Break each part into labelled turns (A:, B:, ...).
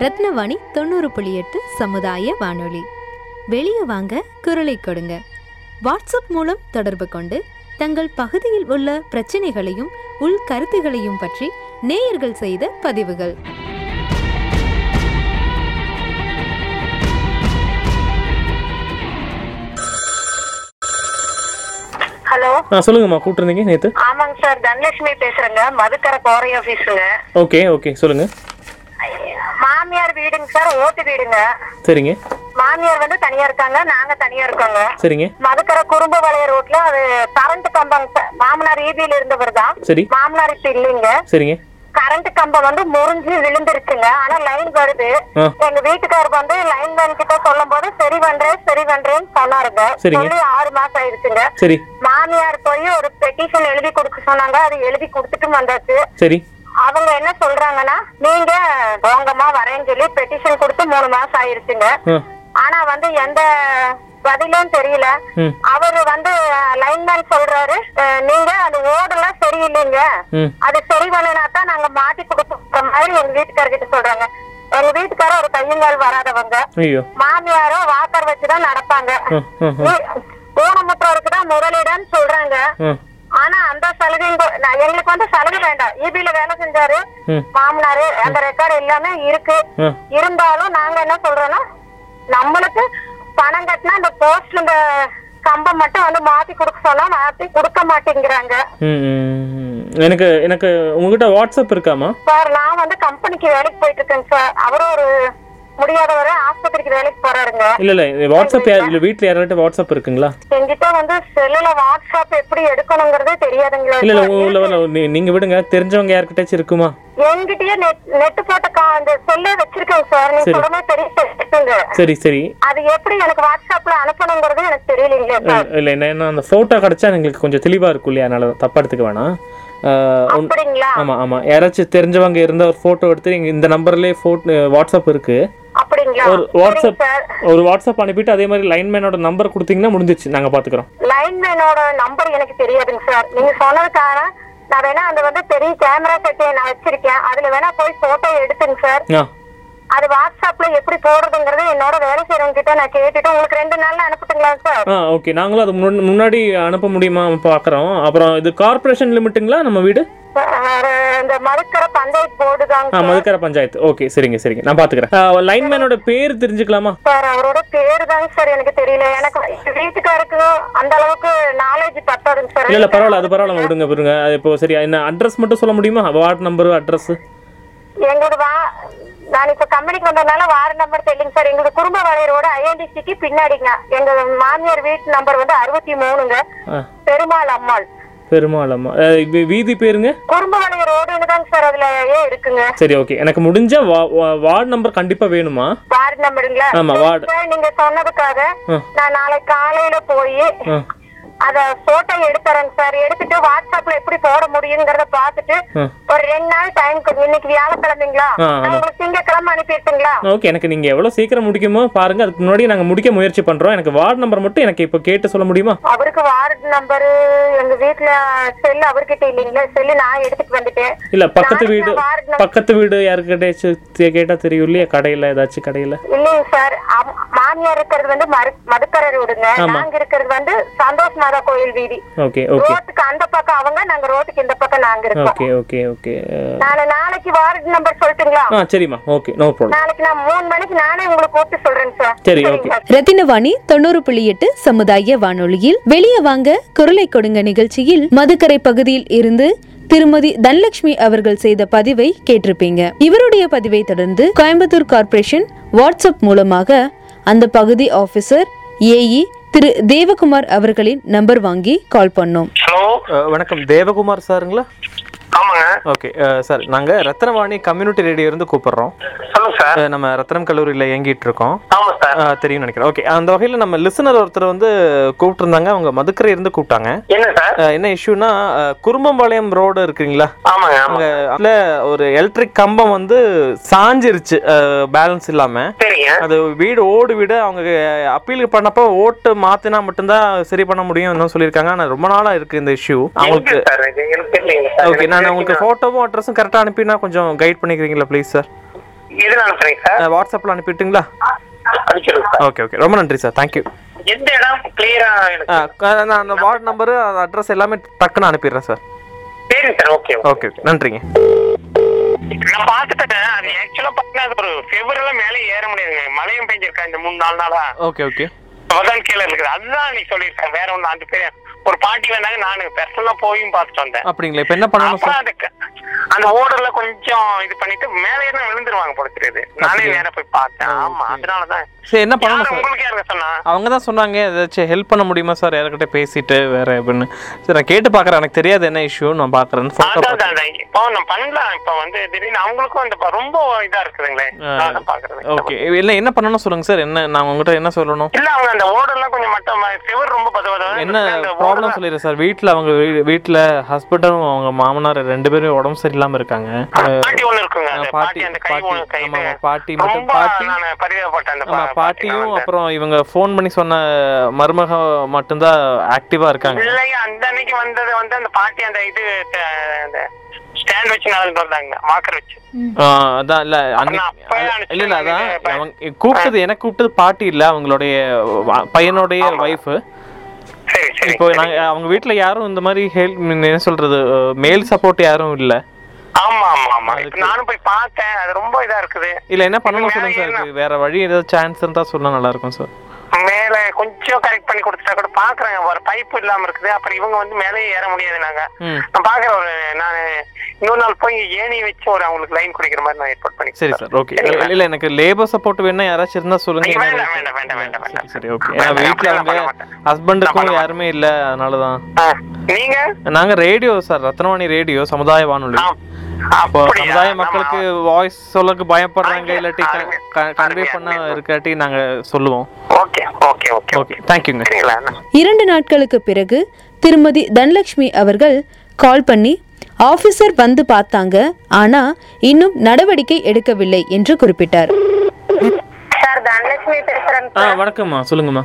A: ரத்னவாணி தொண்ணூறு புள்ளி எட்டு சமுதாய வானொலி வெளியே வாங்க குரலை கொடுங்க வாட்ஸ்அப் மூலம் தொடர்பு கொண்டு தங்கள் பகுதியில் உள்ள பிரச்சனைகளையும் உள் கருத்துகளையும் பற்றி நேயர்கள் செய்த பதிவுகள்
B: ஹலோ
C: ஆ சொல்லுங்கம்மா கூப்பிட்டுருந்தீங்க நேற்று
B: ஆமாங்க சார் தனலட்சுமி பேசுறேங்க மதுக்கரை கோரை ஆஃபீஸுங்க
C: ஓகே ஓகே சொல்லுங்கள்
B: மாமியார் வீடுங்க சார் ஓட்டு வீடுங்க
C: சரிங்க
B: மாமியார் வந்து தனியா இருக்காங்க நாங்க தனியா இருக்கோங்க
C: சரிங்க
B: மதுக்கரை குறும்புபாளைய ரோட்ல அது கரண்ட் கம்பம் சார். மாமனார் ஈபியில இருந்தவர் தான்
C: சரி
B: மாமனார் இப்ப இல்லைங்க
C: சரிங்க
B: கரண்ட் கம்பம் வந்து முறிஞ்சு விழுந்துருச்சுங்க ஆனா லைன் வருது
C: ஆ.
B: எங்க வீட்டுக்காரர் வந்து லைன் மேன் கிட்ட சொல்லும் போது சரி பண்றேன் சரி பண்றேன்னு சொன்னாருங்க
C: சரிங்க.
B: சொல்லி ஆறு மாசம் ஆயிடுச்சுங்க
C: சரி
B: மாமியார் போய் ஒரு பெட்டிஷன் எழுதி கொடுக்க சொன்னாங்க அது எழுதி கொடுத்துட்டு வந்தாச்சு
C: சரி
B: அவங்க என்ன சொல்றாங்கன்னா நீங்க போங்கம்மா வரேன்னு சொல்லி பெட்டிஷன் கொடுத்து மூணு மாசம் ஆயிருச்சுங்க
C: ஆ
B: ஆனா வந்து எந்த பதிலும் தெரியல
C: ம்
B: அவரு வந்து லைன்மேன் சொல்றாரு "அஹ், நீங்க அந்த ஓடெல்லாம் சரியில்லைங்க
C: ம்
B: அது சரி பண்ணினா தான் நாங்க மாத்தி கொடுக்குற மாதிரி எங்க வீட்டுக்காரர்கிட்ட சொல்றாங்க எங்க வீட்டுக்காரர் ஒரு கையங்கால் வராதவங்க
C: ஐயோ
B: மாமியாரும் வாக்கர் வச்சுதான் நடப்பாங்க
C: ம் ம் ம்,
B: ஊ- ஊனமுற்றோருக்கு தான் முதலிடம்னு சொல்றாங்க
C: ம்
B: ஆனா அந்த சலுகை இங்க- நான் எங்களுக்கு வந்து சலுகை வேண்டாம் இபில வேலை செஞ்சாரு
C: ம்
B: மாமனாரு அந்த ரெக்கார்டு எல்லாமே இருக்கு
C: ம்
B: இருந்தாலும் நாங்க என்ன சொல்றோம்னா நம்மளுக்கு பணம் கட்டினா அந்த போஸ்ட் இந்த கம்பம் மட்டும் வந்து மாத்தி கொடுக்க சொன்னா மாத்தி கொடுக்க மாட்டேங்கிறாங்க
C: ம், ம். எனக்கு எனக்கு உங்ககிட்ட வாட்ஸ்அப் இருக்காம்மா
B: சார் நான் வந்து கம்பெனிக்கு வேலைக்கு போயிட்டு இருக்கேங்க சார் அவரும் ஒரு முடியாதவரு ஆஸ்பத்திரிக்கு வேலைக்கு போறாருங்க
C: இல்லை இல்லை வாட்ஸ்அப் யார் இல்லை வீட்டில் யார்கிட்ட வாட்ஸ்அப் இருக்குங்களா
B: என்கிட்ட வந்து செல்லுல வாட்ஸ்அப் எப்படி எடுக்கணுங்கிறதே தெரியாதுங்களா
C: இல்லை இல்லை உள்ள வரல நீ- நீங்கள் விடுங்க தெரிஞ்சவங்க யார்கிட்டயாச்சும் இருக்குமா
B: என்கிட்டயே நெட் நெட் போட்ட கா- அந்த செல்லே வச்சிருக்கேங்க சார் நீங்க
C: சரி.
B: சொல்ற மாதிரி பெரிய செல்லுங்க
C: சரி சரி
B: அது எப்படி எனக்கு வாட்ஸ்அப்ல அனுப்பணுங்கிறது எனக்கு தெரியலீங்களா
C: ஆ,
B: சார்
C: இல்லை என்ன என்ன அந்த ஃபோட்டோ கிடச்சா எங்களுக்கு கொஞ்சம் தெளிவாக இருக்கும் இல்லையா அதனால தப்பாக எடுத்துக்க வேணாம் ஆ, உன்-
B: அப்படிங்களா
C: ஆமா ஆமா யாராச்சும் தெரிஞ்சவங்க இருந்தா ஒரு போட்டோ எடுத்து நீங்க இந்த நம்பர்லயே போட்டோ வாட்ஸ்அப் இருக்கு
B: அப்படிங்களா
C: ஒரு வாட்ஸ்அப்
B: சார்
C: ஒரு வாட்ஸ்அப் அனுப்பிட்டு அதே மாதிரி லைன்மேனோட நம்பர் கொடுத்தீங்கன்னா முடிஞ்சிச்சு நாங்க பாத்துக்கிறோம்
B: லைன்மேனோட நம்பர் எனக்கு தெரியாதுங்க சார் நீங்க சொன்னதுக்காக நான் வேணா அந்த வந்து பெரிய கேமரா செட்டை நான் வச்சிருக்கேன் அதுல வேணா போய் போட்டோ எடுத்துங்க சார்
C: ஆ
B: அது வாட்ஸ்அப்ல எப்படி போடுறதுங்கிறது என்னோட வேலை செய்யறவங்க கிட்ட நான் கேட்டுட்டு உங்களுக்கு ரெண்டு நாள்ல அனுப்பட்டுங்களா சார்
C: ஆ ஓகே நாங்களும் அது முன்ன- முன்னாடி அனுப்ப முடியுமா பாக்குறோம் அப்புறம் இது கார்ப்பரேஷன் லிமிட்டுங்களா நம்ம வீடு
B: வேற இந்த மதுக்கரை பஞ்சாயத்து போர்டு தாங்க
C: ஆ
B: சார்.
C: மதுக்கரை பஞ்சாயத்து ஓகே சரிங்க சரிங்க நான் பாத்துக்கிறேன் லைன்மேனோட பேர் தெரிஞ்சுக்கலாமா
B: சார் அவரோட பேரு தாங்க சார் எனக்கு தெரியல எனக்கு எங்க வீட்டுக்காருக்கு அந்த அளவுக்கு நாலேஜ் பத்தாதுங்க சார்
C: இல்ல இல்ல பரவாயில்ல அது பரவாயில்ல விடுங்க விடுங்க அது இப்போ சரியா என்ன அட்ரஸ் மட்டும் சொல்ல முடியுமா வார்டு நம்பர் அட்ரஸ்
B: எங்களோட வா நான் இப்ப கம்பெனிக்கு வந்ததுனால வார்டு நம்பர் தெரியலங்க சார் எங்களோட குடும்ப வலையரோட ஐஎன்டிசிக்கு பின்னாடிங்க எங்க மாமியார் வீட்டு நம்பர் வந்து அறுபத்தி மூணுங்க
C: ஆ
B: பெருமாள் அம்மாள்
C: பெருமாளம்மா ஆ, வி- வீதி பேருங்க
B: குடும்ப வலைய ரோடுன்னு தாங்க சார் அதுல ஏ இருக்குங்க
C: சரி ஓகே எனக்கு முடிஞ்ச வா- வா- வார்டு நம்பர் கண்டிப்பா வேணுமா
B: வார்டு நம்பருங்களா
C: ஆமா வார்டு
B: சார் நீங்க சொன்னதுக்காக
C: ஆ.
B: நான் நாளைக்கு காலையில போய்
C: ஆ.
B: அத போட்டோ எடுத்துறேங்க சார் எடுத்துட்டு வாட்ஸ்அப்ல எப்படி போட முடியுங்கிறத பாத்துட்டு
C: ஆ.
B: ஒரு ரெண்டு நாள் டைம் இன்னைக்கு வியாழக்கிழமைங்களா
C: ஆ,
B: நான்
C: ஆமா.
B: உங்களுக்கு திங்கக்கிழமை அனுப்பிட்டுங்களா
C: ஓகே எனக்கு நீங்க எவ்வளவு சீக்கிரம் முடிக்குமோ பாருங்க அதுக்கு முன்னாடி நாங்க முடிக்க முயற்சி பண்றோம் எனக்கு வார்டு நம்பர் மட்டும் எனக்கு இப்போ கேட்டு சொல்ல முடியுமா
B: அவருக்கு வார்டு நம்பரு எங்க வீட்ல செல் அவர்கிட்ட இல்லைங்களா செல்லு நான் எடுத்துட்டு வந்துட்டேன்
C: இல்ல பக்கத்து
B: நாளைக்கு
C: வீடு
B: நான் வார்டு நம்பர்
C: பக்கத்து வீடு யாருக்கிட்டே கேட்டா தெரியும் இல்லையா கடையில ஏதாச்சும் கடையில
B: இல்லைங்க சார் அவ- மாமியார் இருக்கிறது வந்து மரு- மதுக்கரை ரோடுங்க
C: ஆமா.
B: நாங்க இருக்கிறது வந்து சந்தோஷ் மாதா கோயில் வீதி
C: ஓகே ஓகே
B: ரோட்டுக்கு அந்த பக்கம் அவங்க நாங்க ரோட்டுக்கு இந்த பக்கம் நாங்க இருக்கோம்
C: ஓகே ஓகே ஓகே
B: நான் நாளைக்கு வார்டு நம்பர் சொல்லட்டுங்களா
C: ஆ சரிம்மா ஓகே நோ ப்ராப்ளம்
B: நாளைக்கு நான் மூணு மணிக்கு நானே உங்களை கூப்பிட்டு சொல்றேங்க சார்
C: சரி ஓகே
A: ரத்தினவாணி தொண்ணூறு புள்ளி எட்டு சமுதாய வானொலியில் வெளியே வாங்க குரலை கொடுங்க நிகழ்ச்சியில் மதுக்கரை பகுதியில் இருந்து திருமதி தனலட்சுமி அவர்கள் செய்த பதிவை கேட்டிருப்பீங்க இவருடைய பதிவை தொடர்ந்து கோயம்புத்தூர் கார்ப்பரேஷன் வாட்ஸ்அப் மூலமாக அந்த பகுதி ஆபீசர் ஏஇ திரு தேவகுமார் அவர்களின் நம்பர் வாங்கி கால் பண்ணோம்
D: ஹலோ
C: வணக்கம் தேவகுமார் சாருங்களா
D: ஆமாங்க
C: ஓகே சார் நாங்க ரத்னவாணி கம்யூனிட்டி ரேடியோ இருந்து கூப்பிடுறோம்
D: சொல்லுங்க சார்
C: நம்ம ரத்னம் கல்லூரியில் இயங்கிட்டு இருக்கோம்
D: ஆமா சார்
C: ஆ, தெரியும் நினைக்கிறேன் ஓகே அந்த வகையில் நம்ம லிசனர் ஒருத்தர் வந்து கூப்பிட்டுருந்தாங்க அவங்க மதுக்கரை இருந்து கூப்பிட்டாங்க
D: என்ன சார்
C: ஆ, என்ன இஷ்யூனா குறும்பம்பாளையம் ரோடு இருக்குங்களா
D: ஆமாங்க ஆமா
C: அதுல ஒரு எலக்ட்ரிக் கம்பம் வந்து சாஞ்சிருச்சு பேலன்ஸ் இல்லாம
D: சரிங்க
C: அது வீடு ஓடு வீடு அவங்க அப்பீல் பண்ணப்போ ஓட்டு மாத்தினா மட்டும்தான் சரி பண்ண முடியும் என்ன சொல்லியிருக்காங்க ஆனா ரொம்ப நாளா இருக்கு இந்த இஷ்யூ அவங்களுக்கு
D: எங்க சார் இது எனக்கு தெரியலங்க
C: ஓகே
D: சார்
C: நான் உங்களுக்கு ஃபோட்டோவும் அட்ரஸும் கரெக்டாக அனுப்பினா கொஞ்சம் கைட் பண்ணிக்கிறீங்களா ப்ளீஸ் சார்
B: இதுல அனுப்புறீங்க சார்
E: வாட்ஸ்அப்பில் அனுப்பிட்டுங்களா
B: அனுப்பிச்சிடுங்க சார்
E: ஓகே ஓகே ரொம்ப நன்றி சார் தேங்க்யூ
B: எந்த இடம் கிளியரா எனக்கு
E: நான் அந்த வார்டு நம்பரு அட்ரஸ் எல்லாமே டக்குன்னு அனுப்பிடுறேன் சார்
B: சரிங்க சார் ஓகே
E: ஓகே ஓகே நன்றிங்க
B: நான் பாத்துட்டேன் அது ஆக்சுவலா பாத்தீங்கன்னா அது ஒரு பிப்ரவரில மேலே ஏற முடியாதுங்க மழையும் பெஞ்சிருக்கா இந்த மூணு நாலு நாளா
E: ஓகே ஓகே
B: இப்பதான் கீழே இருக்குது அதுதான் அன்னைக்கு சொல்லியிருக்கேன் வேற ஒண்ணு அந்த பேர் ஒரு பாட்டி வந்தாங்க நானு பெர்சனலா போயும் பார்த்துட்டு வந்தேன்
E: அப்படிங்களா இப்போ என்ன பண்ணணும்
B: அப்புறம்
E: சார்
B: அதுக்கு அந்த ஓடர்ல கொஞ்சம் இது பண்ணிட்டு மேலே இருந்து விழுந்துருவாங்க போல தெரியுது நானே
E: அப்படியா?
B: நேரா போய் பார்த்தேன்
E: ஆ,
B: ஆமா
E: okay.
B: அதனாலதான்
E: சரி என்ன பண்ணணும்
B: யாரு
E: சார்
B: உங்களுக்கு யாருங்க சொன்னா
E: அவங்க தான் சொன்னாங்க ஏதாச்சும் ஹெல்ப் பண்ண முடியுமா சார் யார்கிட்ட பேசிட்டு வேற அப்படின்னு சரி நான் கேட்டு பார்க்குறேன் எனக்கு தெரியாது என்ன இஷ்யூ நான் பார்க்குறேன்னு
B: அதான்,
E: ஃபோட்டோ
B: அதான், அதான். இப்போ நான் பண்ணலாம் இப்போ வந்து திடீர்னு அவங்களுக்கும் அந்த ப- ரொம்ப இதா இருக்குதுங்களே அதான் பாக்குறது
E: ஓகே இல்லை என்ன பண்ணணும் சொல்லுங்க சார் என்ன நான் உங்ககிட்ட என்ன சொல்லணும்
B: இல்ல அவங்க அந்த ஓடெல்லாம் கொஞ்சம் மட்டும் சிவர் ரொம்ப பத பத
E: என்ன ப்ராப்ளம் சொல்லிடுறேன் சார் வீட்டில் அவங்க வீ- வீட்டில் ஹஸ்பண்டும் அவங்க மாமனார் ரெண்டு பேரும் உடம்பு சரியில்லாமல் இருக்காங்க
B: பாட்டி ஒண்ணு இருக்குங்க அந்த
E: ஆ, பாட்டி,
B: பாட்டி அந்த கை
E: பாட்டி.
B: ஒண்ணு கை
E: ஆமா, ஆமா, பாட்டி மட்டும்
B: ரொம்ப
E: பாட்டி.
B: நான் பரிதாபப்பட்டேன் அந்த பா-
E: ஆமா, பாட்டியும்
B: பாட்டினால.
E: அப்புறம் இவங்க ஃபோன் பண்ணி சொன்ன மருமக மட்டும்தான் ஆக்டிவாக இருக்காங்க
B: இல்லையா அந்த அன்னைக்கு வந்தது வந்து அந்த பாட்டி அந்த இது த- அந்த ஸ்டாண்ட் வச்சு நடந்து வந்தாங்க வாக்கர் வச்சு
E: ஆ, அதான் இல்ல
B: நான் அப்பவே
E: அன்னைக்கு
B: அனுப்பிச்சு
E: இல்ல இல்ல அதான்
B: வைக்கிறேன் பையன்.
E: அவங்க கூப்பிட்டது எனக்கு கூப்பிட்டது பாட்டி இல்ல அவங்களுடைய வ- பையனுடைய வைஃப்
B: சரி சரி
E: இப்போ நாங்க அவங்க வீட்ல யாரும் இந்த மாதிரி ஹெல்ப் என்ன சொல்றது மேல் சப்போர்ட் யாரும் இல்ல
B: ஆமா ஆமா ஆமா இப்ப நானும் போய் பார்த்தேன் அது ரொம்ப இதா இருக்குது
E: இல்ல என்ன பண்ணணும்
B: வேற
E: சொல்லுங்க சார்
B: என்ன?
E: இது வேற வழி ஏதாவது சான்ஸ் இருந்தா சொன்னா நல்லா இருக்கும் சார்
B: மேல கொஞ்சம் கரெக்ட் பண்ணி கொடுத்துட்டா கூட பாக்குறேங்க ஒரு பைப் இல்லாம இருக்குது அப்புறம் இவங்க வந்து மேலே ஏற முடியாது நாங்க
E: ம்
B: நான் பாக்குறேன் ஒரு நான் இன்னொரு நாள் போய் ஏணி வச்சு ஒரு அவங்களுக்கு லைன் குடிக்கிற மாதிரி நான் ஏற்பாடு பண்ணி
E: சரி சார் ஓகே இல்ல எனக்கு லேபர் சப்போர்ட் வேணா யாராச்சும் இருந்தா சொல்லுங்க
B: ஐயோ,
E: என்ன
B: வேண்டாம்,
E: வழி-
B: வேண்டாம், வேண்டாம், வேண்டாம்,
E: சரி, சரி
B: வேண்டாம்.
E: ஓகே ஏன்னா
B: வேண்டாம்,
E: வீட்ல
B: அப்படிலாம் பண்ண
E: அவங்க
B: மாட்டேன்.
E: ஹஸ்பண்டுக்கும்
B: நான் பண்ண
E: யாருமே இல்ல அதனாலதான்
B: ஆ, நீங்க
E: நாங்க ரேடியோ சார் ரத்னவாணி ரேடியோ சமுதாய வானொலி
B: ஆ,
E: இப்போ
B: அப்படியா?
E: சமுதாய
B: நம்ம-
E: மக்களுக்கு வாய்ஸ் சொல்லக்கு பயப்படுறாங்க
B: அருமை,
E: இல்லாட்டி
B: அருமை,
E: கன்வே
B: அருமை,
E: பண்ண
B: அருமை.
E: இருக்காட்டி நாங்க சொல்லுவோம்
B: ஓகே ஓகே ஓகே
E: ஓகே தேங்க்யூங்க
B: சரிங்களா அண்ணா?
A: இரண்டு நாட்களுக்கு பிறகு திருமதி தனலட்சுமி அவர்கள் கால் பண்ணி ஆபீசர் வந்து பார்த்தாங்க ஆனா இன்னும் நடவடிக்கை எடுக்கவில்லை என்று குறிப்பிட்டார்
F: சார் தனலட்சுமி பேசுறேங்க
E: ஆ வணக்கம்மா சொல்லுங்கம்மா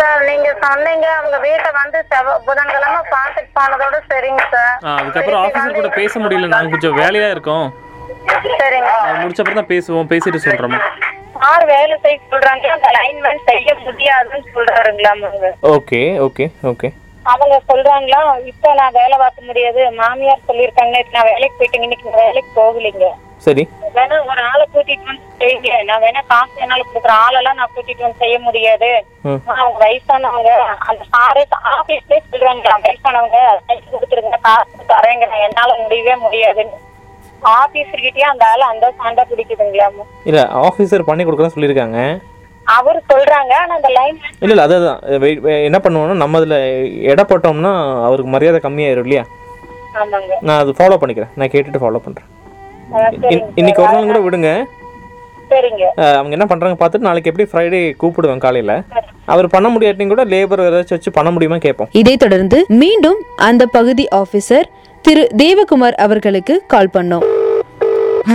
F: சார் நீங்க சொன்னீங்க அவங்க வீட்டை வந்து செவ்வ- புதன்கிழமை பார்த்துட்டு போனதோட சரிங்க சார்
C: ஆ அதுக்கப்புறம் ஆஃபீஸர் கூட பேச முடியல நாங்கள் கொஞ்சம் வேலையாக இருக்கோம்
F: சரிங்க
C: அது முடிச்சப்பறம் தான் பேசுவோம் பேசிட்டு சொல்கிறோம்மா
F: யார் வேலை செய்ய சொல்றாங்க அந்த லைன்மேன் செய்ய முடியாதுன்னு சொல்றாருங்களாம் அவங்க
E: ஓகே ஓகே ஓகே
F: அவங்க சொல்றாங்களா இப்போ நான் வேலை பார்க்க முடியாது மாமியார் சொல்லியிருக்காங்க நேத்து நான் வேலைக்கு போயிட்டேங்க இன்னைக்கு நான் வேலைக்கு போகலைங்க
E: சரி
F: வேணா ஒரு ஆளை கூட்டிட்டு வந்து செய்யுங்க நான் வேணா காசு என்னால கொடுக்குற ஆளெல்லாம் நான் கூட்டிட்டு வந்து செய்ய முடியாது
E: ம்.
F: ஆனா, அவங்க வயசானவங்க அந்த சாரே ஆபீஸ்லயே சொல்றாங்க நான் வயசானவங்க கைக்கு கொடுத்துருங்க காசு தரேங்க நான் என்னால முடியவே முடியாதுன்னு ஆபீஸர்கிட்டயே அந்த ஆள் அந்த சாண்டா பிடிக்குதுங்களாமா
E: இல்ல ஆஃபீஸர் பண்ணி கொடுக்குறேன்னு சொல்லியிருக்காங்க
F: அவரு சொல்றாங்க ஆனா அந்த லைன்
E: இல்ல இல்ல அதுதான் வெ- வெ- என்ன பண்ணுவோம்னா நம்ம இதுல எடை போட்டோம்னா அவருக்கு மரியாதை கம்மியாயிரும் இல்லையா
F: ஆமாங்க
E: நான் அது ஃபாலோ பண்ணிக்கிறேன் நான் கேட்டுட்டு ஃபாலோ பண்றேன்
F: அஹ்
E: இன்-
F: சரிங்க
E: இன்னைக்கு ஒரு நாள் கூட விடுங்க
F: சரிங்க
E: அஹ் அவங்க என்ன பண்றாங்க பார்த்துட்டு நாளைக்கு எப்படி ஃப்ரைடே கூப்பிடுவேன் காலையில அவர் பண்ண முடியாட்டியும் கூட லேபர் ஏதாச்சும் வச்சு பண்ண முடியுமா கேட்போம்
A: இதைத் தொடர்ந்து மீண்டும் அந்த பகுதி ஆபீசர் திரு தேவகுமார் அவர்களுக்கு கால் பண்ணோம்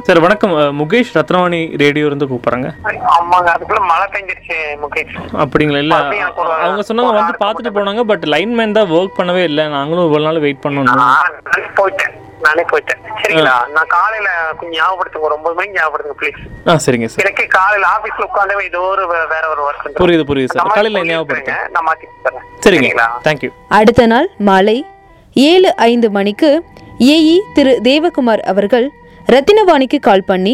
C: சார் வணக்கம் அஹ், முகேஷ் ரத்னவாணி ரேடியோ இருந்து கூப்பிட்றாங்க
B: ஆமாங்க அதுக்குள்ள மழை பெஞ்சிருச்சு முகேஷ்
C: அப்படிங்களா இல்லை
B: அப்படியா, சொல்லுங்க.
C: அவங்க சொன்னாங்க வந்து பார்த்துட்டு போனாங்க பட் லைன்மேன் தான் ஒர்க் பண்ணவே இல்லை நாங்களும் இவ்வளோ நாள் வெயிட் பண்ணணும்
B: ஆ, நானே போயிட்டேன் நானே போயிட்டேன் சரிங்களா நான் காலையில கொஞ்சம் ஞாபகப்படுத்துங்க ஒரு ஒன்பது மணிக்கு ஞாபகப்படுத்துங்க ப்ளீஸ்
C: ஆ சரிங்க சார்
B: எனக்கு காலையில ஆபீஸ்ல உட்காந்து ஏதோ ஒரு வே- வேற ஒரு ஒர்க்
C: புரியுது புரியுது சார் காலையில் ஞாபகப்படுத்துங்க
B: நான் மாத்தி கொடுத்துறேன்
C: சரிங்க தேங்க்யூ
A: அடுத்த நாள் மாலை ஏழு ஐந்து மணிக்கு ஏஇ திரு தேவகுமார் அவர்கள் ரத்தினவாணிக்கு கால் பண்ணி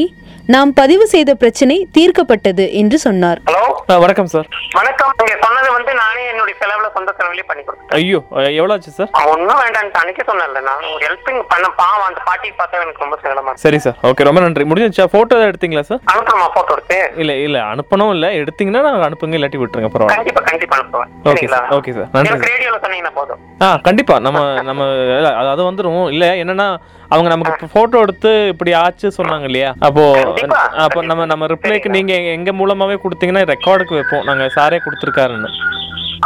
A: நாம் பதிவு செய்த பிரச்சனை தீர்க்கப்பட்டது என்று சொன்னார்
B: ஹலோ
E: ஆ வணக்கம் சார்
B: வணக்கம் நீங்க சொன்னது வந்து நானே என்னுடைய செலவுல சொந்த செலவுலயே பண்ணி கொடுத்தேன்
E: ஐயோ அஹ் எவ்வளோ ஆச்சு சார்
B: ஒன்னும் வேண்டாம் அன்னைக்கு சொன்னேன்ல நான் ஒரு ஹெல்ப்பிங் பண்ண பாவம் அந்த பாட்டியை பார்த்தா எனக்கு ரொம்ப சங்கடமா இருக்கு.
E: சரி சார் ஓகே ரொம்ப நன்றி முடிஞ்சிச்சா ஃபோட்டோ எதாவது எடுத்தீங்களா சார்
B: அனுப்புறமா போட்டோ எடுத்து
E: இல்லை இல்லை அனுப்பணும் இல்லை எடுத்தீங்கன்னா நாங்கள் அனுப்புங்க இல்லாட்டி விட்டுருங்க பரவாயில்ல
B: கண்டிப்பா கண்டிப்பா அனுப்புவேன்
E: Okay,
B: சரிங்களா
E: sir. Okay, sir. நன்றி,
B: எனக்கு
E: sir.
B: ரேடியோல சொன்னீங்கன்னா போதும்
E: ஆ கண்டிப்பாக நம்ம நம்ம இல்ல, அது அது வந்துடும் இல்லை என்னன்னா அவங்க நமக்கு ஃபோட்டோ எடுத்து இப்படி ஆச்சு சொன்னாங்க இல்லையா அப்போ
B: கண்டிப்பா.
E: அப்போ நம்ம நம்ம ரிப்ளைக்கு
B: சரிங்க.
E: நீங்கள் எங்கள் மூலமாகவே கொடுத்தீங்கன்னா ரெக்கார்டுக்கு வைப்போம் நாங்கள் சாரே கொடுத்துருக்காருன்னு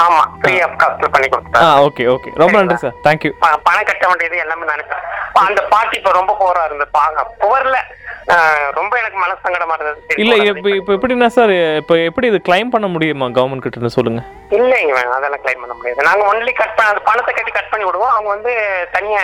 B: ஆமா ஃப்ரீ ஆஃப் காஸ்ட்ல பண்ணி
E: ஆ
B: கொடுத்தேன்
E: ஓகே ஓகே ரொம்ப நன்றி சார் தேங்க்யூ
B: ப- பணம் கட்ட வேண்டியது எல்லாமே நினைப்பேன் அந்த பாட்டி இப்ப ரொம்ப போரா இருந்து பாங்க போர்ல ரொம்ப எனக்கு மனசு சங்கடமா இருந்தது சரி,
E: இல்லை
B: போறா
E: இப்போ
B: இருந்தது.
E: இப்போ எப்படின்னா சார் இப்போ எப்படி இது க்ளைம் பண்ண முடியுமா கவர்மெண்ட் கிட்ட இருந்து சொல்லுங்க
B: இல்லைங்க மேம் அதெல்லாம் கிளைம் பண்ண முடியாது நாங்க ஒன்லி கட் பண்ண அந்த பணத்தை கட்டி கட் பண்ணி விடுவோம் அவங்க வந்து தனியா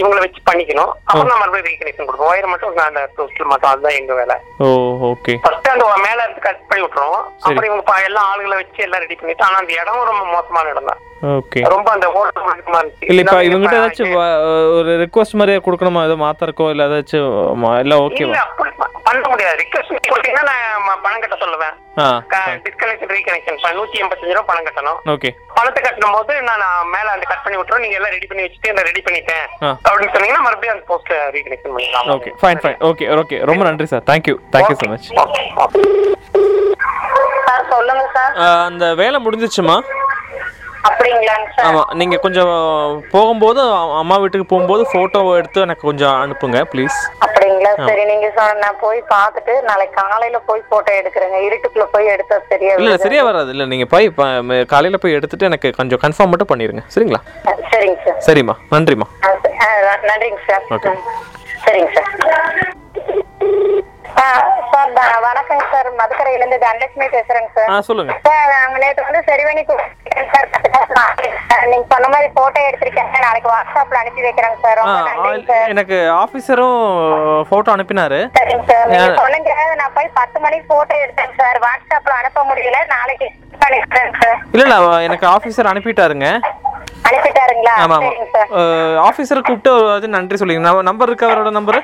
B: இவங்களை வச்சு பண்ணிக்கணும் அப்புறம் நான் மறுபடியும் ரீகனெக்ஷன் கொடுப்போம் ஒயர் மட்டும் நான் அந்த தொஸ்டில் மாட்டோம் அதுதான் எங்க வேலை
C: ஓ ஓகே
B: ஃபர்ஸ்ட் அந்த மேல இருந்து கட் பண்ணி விட்டுருவோம் அப்புறம் இவங்க பா- எல்லா ஆளுகளை வச்சு எல்லாம் ரெடி பண்ணிட்டு ஆனா அந்த இடம் ரொம்ப மோசமான இடம் தான்
C: ஓகே
B: ரொம்ப அந்த ஓட்டம் அதிகமா இருந்துச்சு.
E: இல்ல இப்ப
B: நம்ம
E: இவங்ககிட்ட
B: இப்ப
E: ஏதாச்சும் வ- ஒரு ரெக்வஸ்ட் மாதிரியா கொடுக்கணுமா ஏதாவது மாத்தறக்கோ இல்ல ஏதாச்சும் ம- இல்ல
B: இல்ல
E: ஓகேவா
B: அப்படி ப- பண்ண முடியாது ரிக்வஸ்ட் கொடுத்தீங்கன்னா நான் ம- பணம் கட்ட சொல்லுவேன்
E: ஆ
B: டிஸ்கனெக்ஷன் ரீகனெக்ஷன் நூத்தி எண்பத்தஞ்சு ரூபா பணம் கட்டணும்
E: ஓகே
B: பணத்தை கட்டணும் போது நான் மேல அந்த கட் பண்ணி விட்டுறோம் நீங்க எல்லாம் ரெடி பண்ணி வச்சுட்டு நான் ரெடி பண்ணிட்டேன்
E: ஆ.
B: அப்படின்னு சொன்னீங்கன்னா மறுபடியும் அந்த போஸ்ட் ரீகனெக்ஷன் பண்ணிடலாம்
E: okay fine fine okay okay ரொம்ப நன்றி sir thank you thank you so much
B: okay okay
F: sir சொல்லுங்க சார்
E: அந்த வேலை முடிஞ்சிச்சுமா
F: அப்படிங்களாங்க சார்
E: ஆமா நீங்க கொஞ்சம் போகும்போது அ- அம்மா வீட்டுக்கு போகும்போது போட்டோ எடுத்து எனக்கு கொஞ்சம் அனுப்புங்க ப்ளீஸ்
F: அப்படிங்களா சரி நீங்க சொன்ன நான் போய் பார்த்துட்டு நாளைக்கு காலையில போய் போட்டோ எடுக்கிறேங்க இருட்டுக்குள்ள போய் எடுத்தா சரியா
E: இல்ல இல்ல,
F: விழுது.
E: சரியா வராது இல்ல நீங்க போய் ப- ம- காலையில போய் எடுத்துட்டு எனக்கு கொஞ்சம் கன்ஃபார்ம் மட்டும் பண்ணிருங்க சரிங்களா
F: அஹ் சரிங்க சார்
E: சரிம்மா நன்றிம்மா
F: ஆ, சரி. ஆ, ந- நன்றிங்க சார்
E: Okay.
F: ம். சரிங்க சார் ஆ, சார் த- வணக்கங்க சார் மதுக்கரையில இருந்து தனலட்சுமி பேசுறேங்க சார்
E: ஆ சொல்லுங்க
F: சார் நாங்க நேற்று வந்து செரிவணி கொடுத்தேன் சார் சார், நீங்க சொன்ன மாதிரி போட்டோ எடுத்திருக்கேன் நாளைக்கு வாட்ஸ்அப்ல அனுப்பி வைக்கிறேங்க சார்
E: ஆ
F: ரொம்ப
E: ஆ,
F: நன்றிங்க சார்
E: எனக்கு ஆஃபீஸரும் போட்டோ அனுப்பினாரு
F: சரிங்க சார் நீங்க
E: Yeah.
F: சொல்லுங்க நான் போய் பத்து மணிக்கு போட்டோ எடுத்தேன் சார் வாட்ஸ்அப்ல அனுப்ப முடியல நாளைக்கு பண்ணிக்கிறேன் சார்
E: இல்ல இல்ல அவ- எனக்கு ஆஃபீஸர் அனுப்பிட்டாருங்க
F: அனுப்பிட்டாருங்களா
E: ஆமா ஆமா
F: சரிங்க சார்
E: ஆஃபீஸர் கூப்பிட்டு அது நன்றி சொல்லிங்க நம்ம நம்பர் இருக்கு அவரோட நம்பரு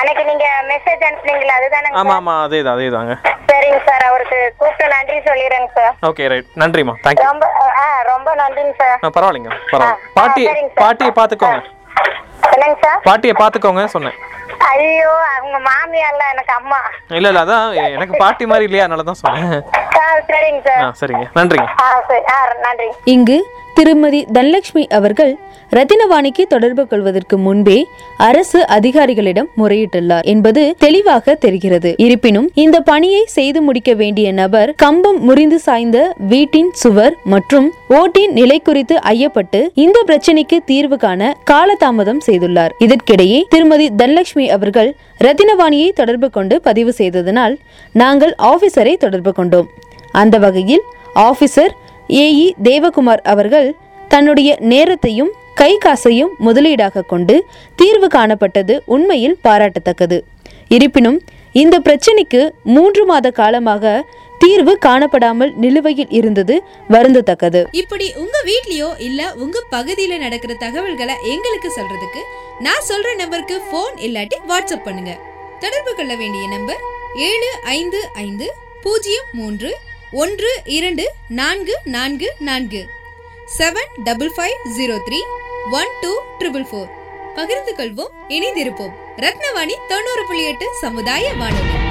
F: அன்னைக்கு நீங்க மெசேஜ் அனுப்புனீங்களா அதுதானங்க
E: ஆமா ஆமா அதே தான் அதே தாங்க
F: சரிங்க சார் அவருக்கு கூப்பிட்டு நன்றி சொல்லிடுறேங்க சார்
E: ஓகே ரைட் நன்றிம்மா தேங்க்யூ
F: ரொம்ப ஆ ரொம்ப நன்றிங்க சார்
E: ஆ பரவாயில்லைங்க
F: ஆ,
E: பரவாயில்ல
F: ஆ,
E: பாட்டி
F: சரிங்க சார்.
E: பாட்டியை பார்த்துக்கோங்க
F: என்னங்க சார்
E: பாட்டியை பார்த்துக்கோங்க சொன்னேன்
F: ஐயோ அவங்க மாமியார்ல எனக்கு அம்மா
E: இல்ல இல்ல அதான் எனக்கு பாட்டி மாதிரி இல்லையா அதனால தான் சொன்னேன்
F: ஆ சரிங்க
E: ஆ
F: சார்
E: சரிங்க நன்றிங்க
F: ஆ சரி ஆ நன்றிங்க
A: இங்கு திருமதி தனலட்சுமி அவர்கள் ரத்தினவாணிக்கு தொடர்பு கொள்வதற்கு முன்பே அரசு அதிகாரிகளிடம் முறையிட்டுள்ளார் என்பது தெளிவாக தெரிகிறது இருப்பினும் இந்த பணியை செய்து முடிக்க வேண்டிய நபர் கம்பம் முறிந்து சாய்ந்த வீட்டின் சுவர் மற்றும் ஓட்டின் நிலை குறித்து ஐயப்பட்டு இந்த பிரச்சனைக்கு தீர்வு காண காலதாமதம் செய்துள்ளார் இதற்கிடையே திருமதி தனலட்சுமி அவர்கள் ரத்தினவாணியை தொடர்பு கொண்டு பதிவு செய்ததனால் நாங்கள் ஆபீசரை தொடர்பு கொண்டோம் அந்த வகையில் ஆபீசர் ஏஇ தேவகுமார் அவர்கள் தன்னுடைய நேரத்தையும் கை காசையும் முதலீடாக கொண்டு தீர்வு காணப்பட்டது உண்மையில் பாராட்டத்தக்கது இருப்பினும் இந்த பிரச்சினைக்கு மூன்று மாத காலமாக தீர்வு காணப்படாமல் நிலுவையில் இருந்தது வருந்தத்தக்கது
G: இப்படி உங்க வீட்லயோ இல்ல உங்க பகுதியில நடக்கிற தகவல்களை எங்களுக்கு சொல்றதுக்கு நான் சொல்ற நம்பருக்கு ஃபோன் இல்லாட்டி வாட்ஸ்அப் பண்ணுங்க தொடர்பு கொள்ள வேண்டிய நம்பர் ஏழு ஐந்து ஐந்து பூஜ்ஜியம் மூன்று ஒன்று இரண்டு நான்கு நான்கு நான்கு seven double five zero three one two triple four பகிர்ந்து கொள்வோம் இணைந்திருப்போம் ரத்னவாணி தொண்ணூறு புள்ளி எட்டு சமுதாய வானொலி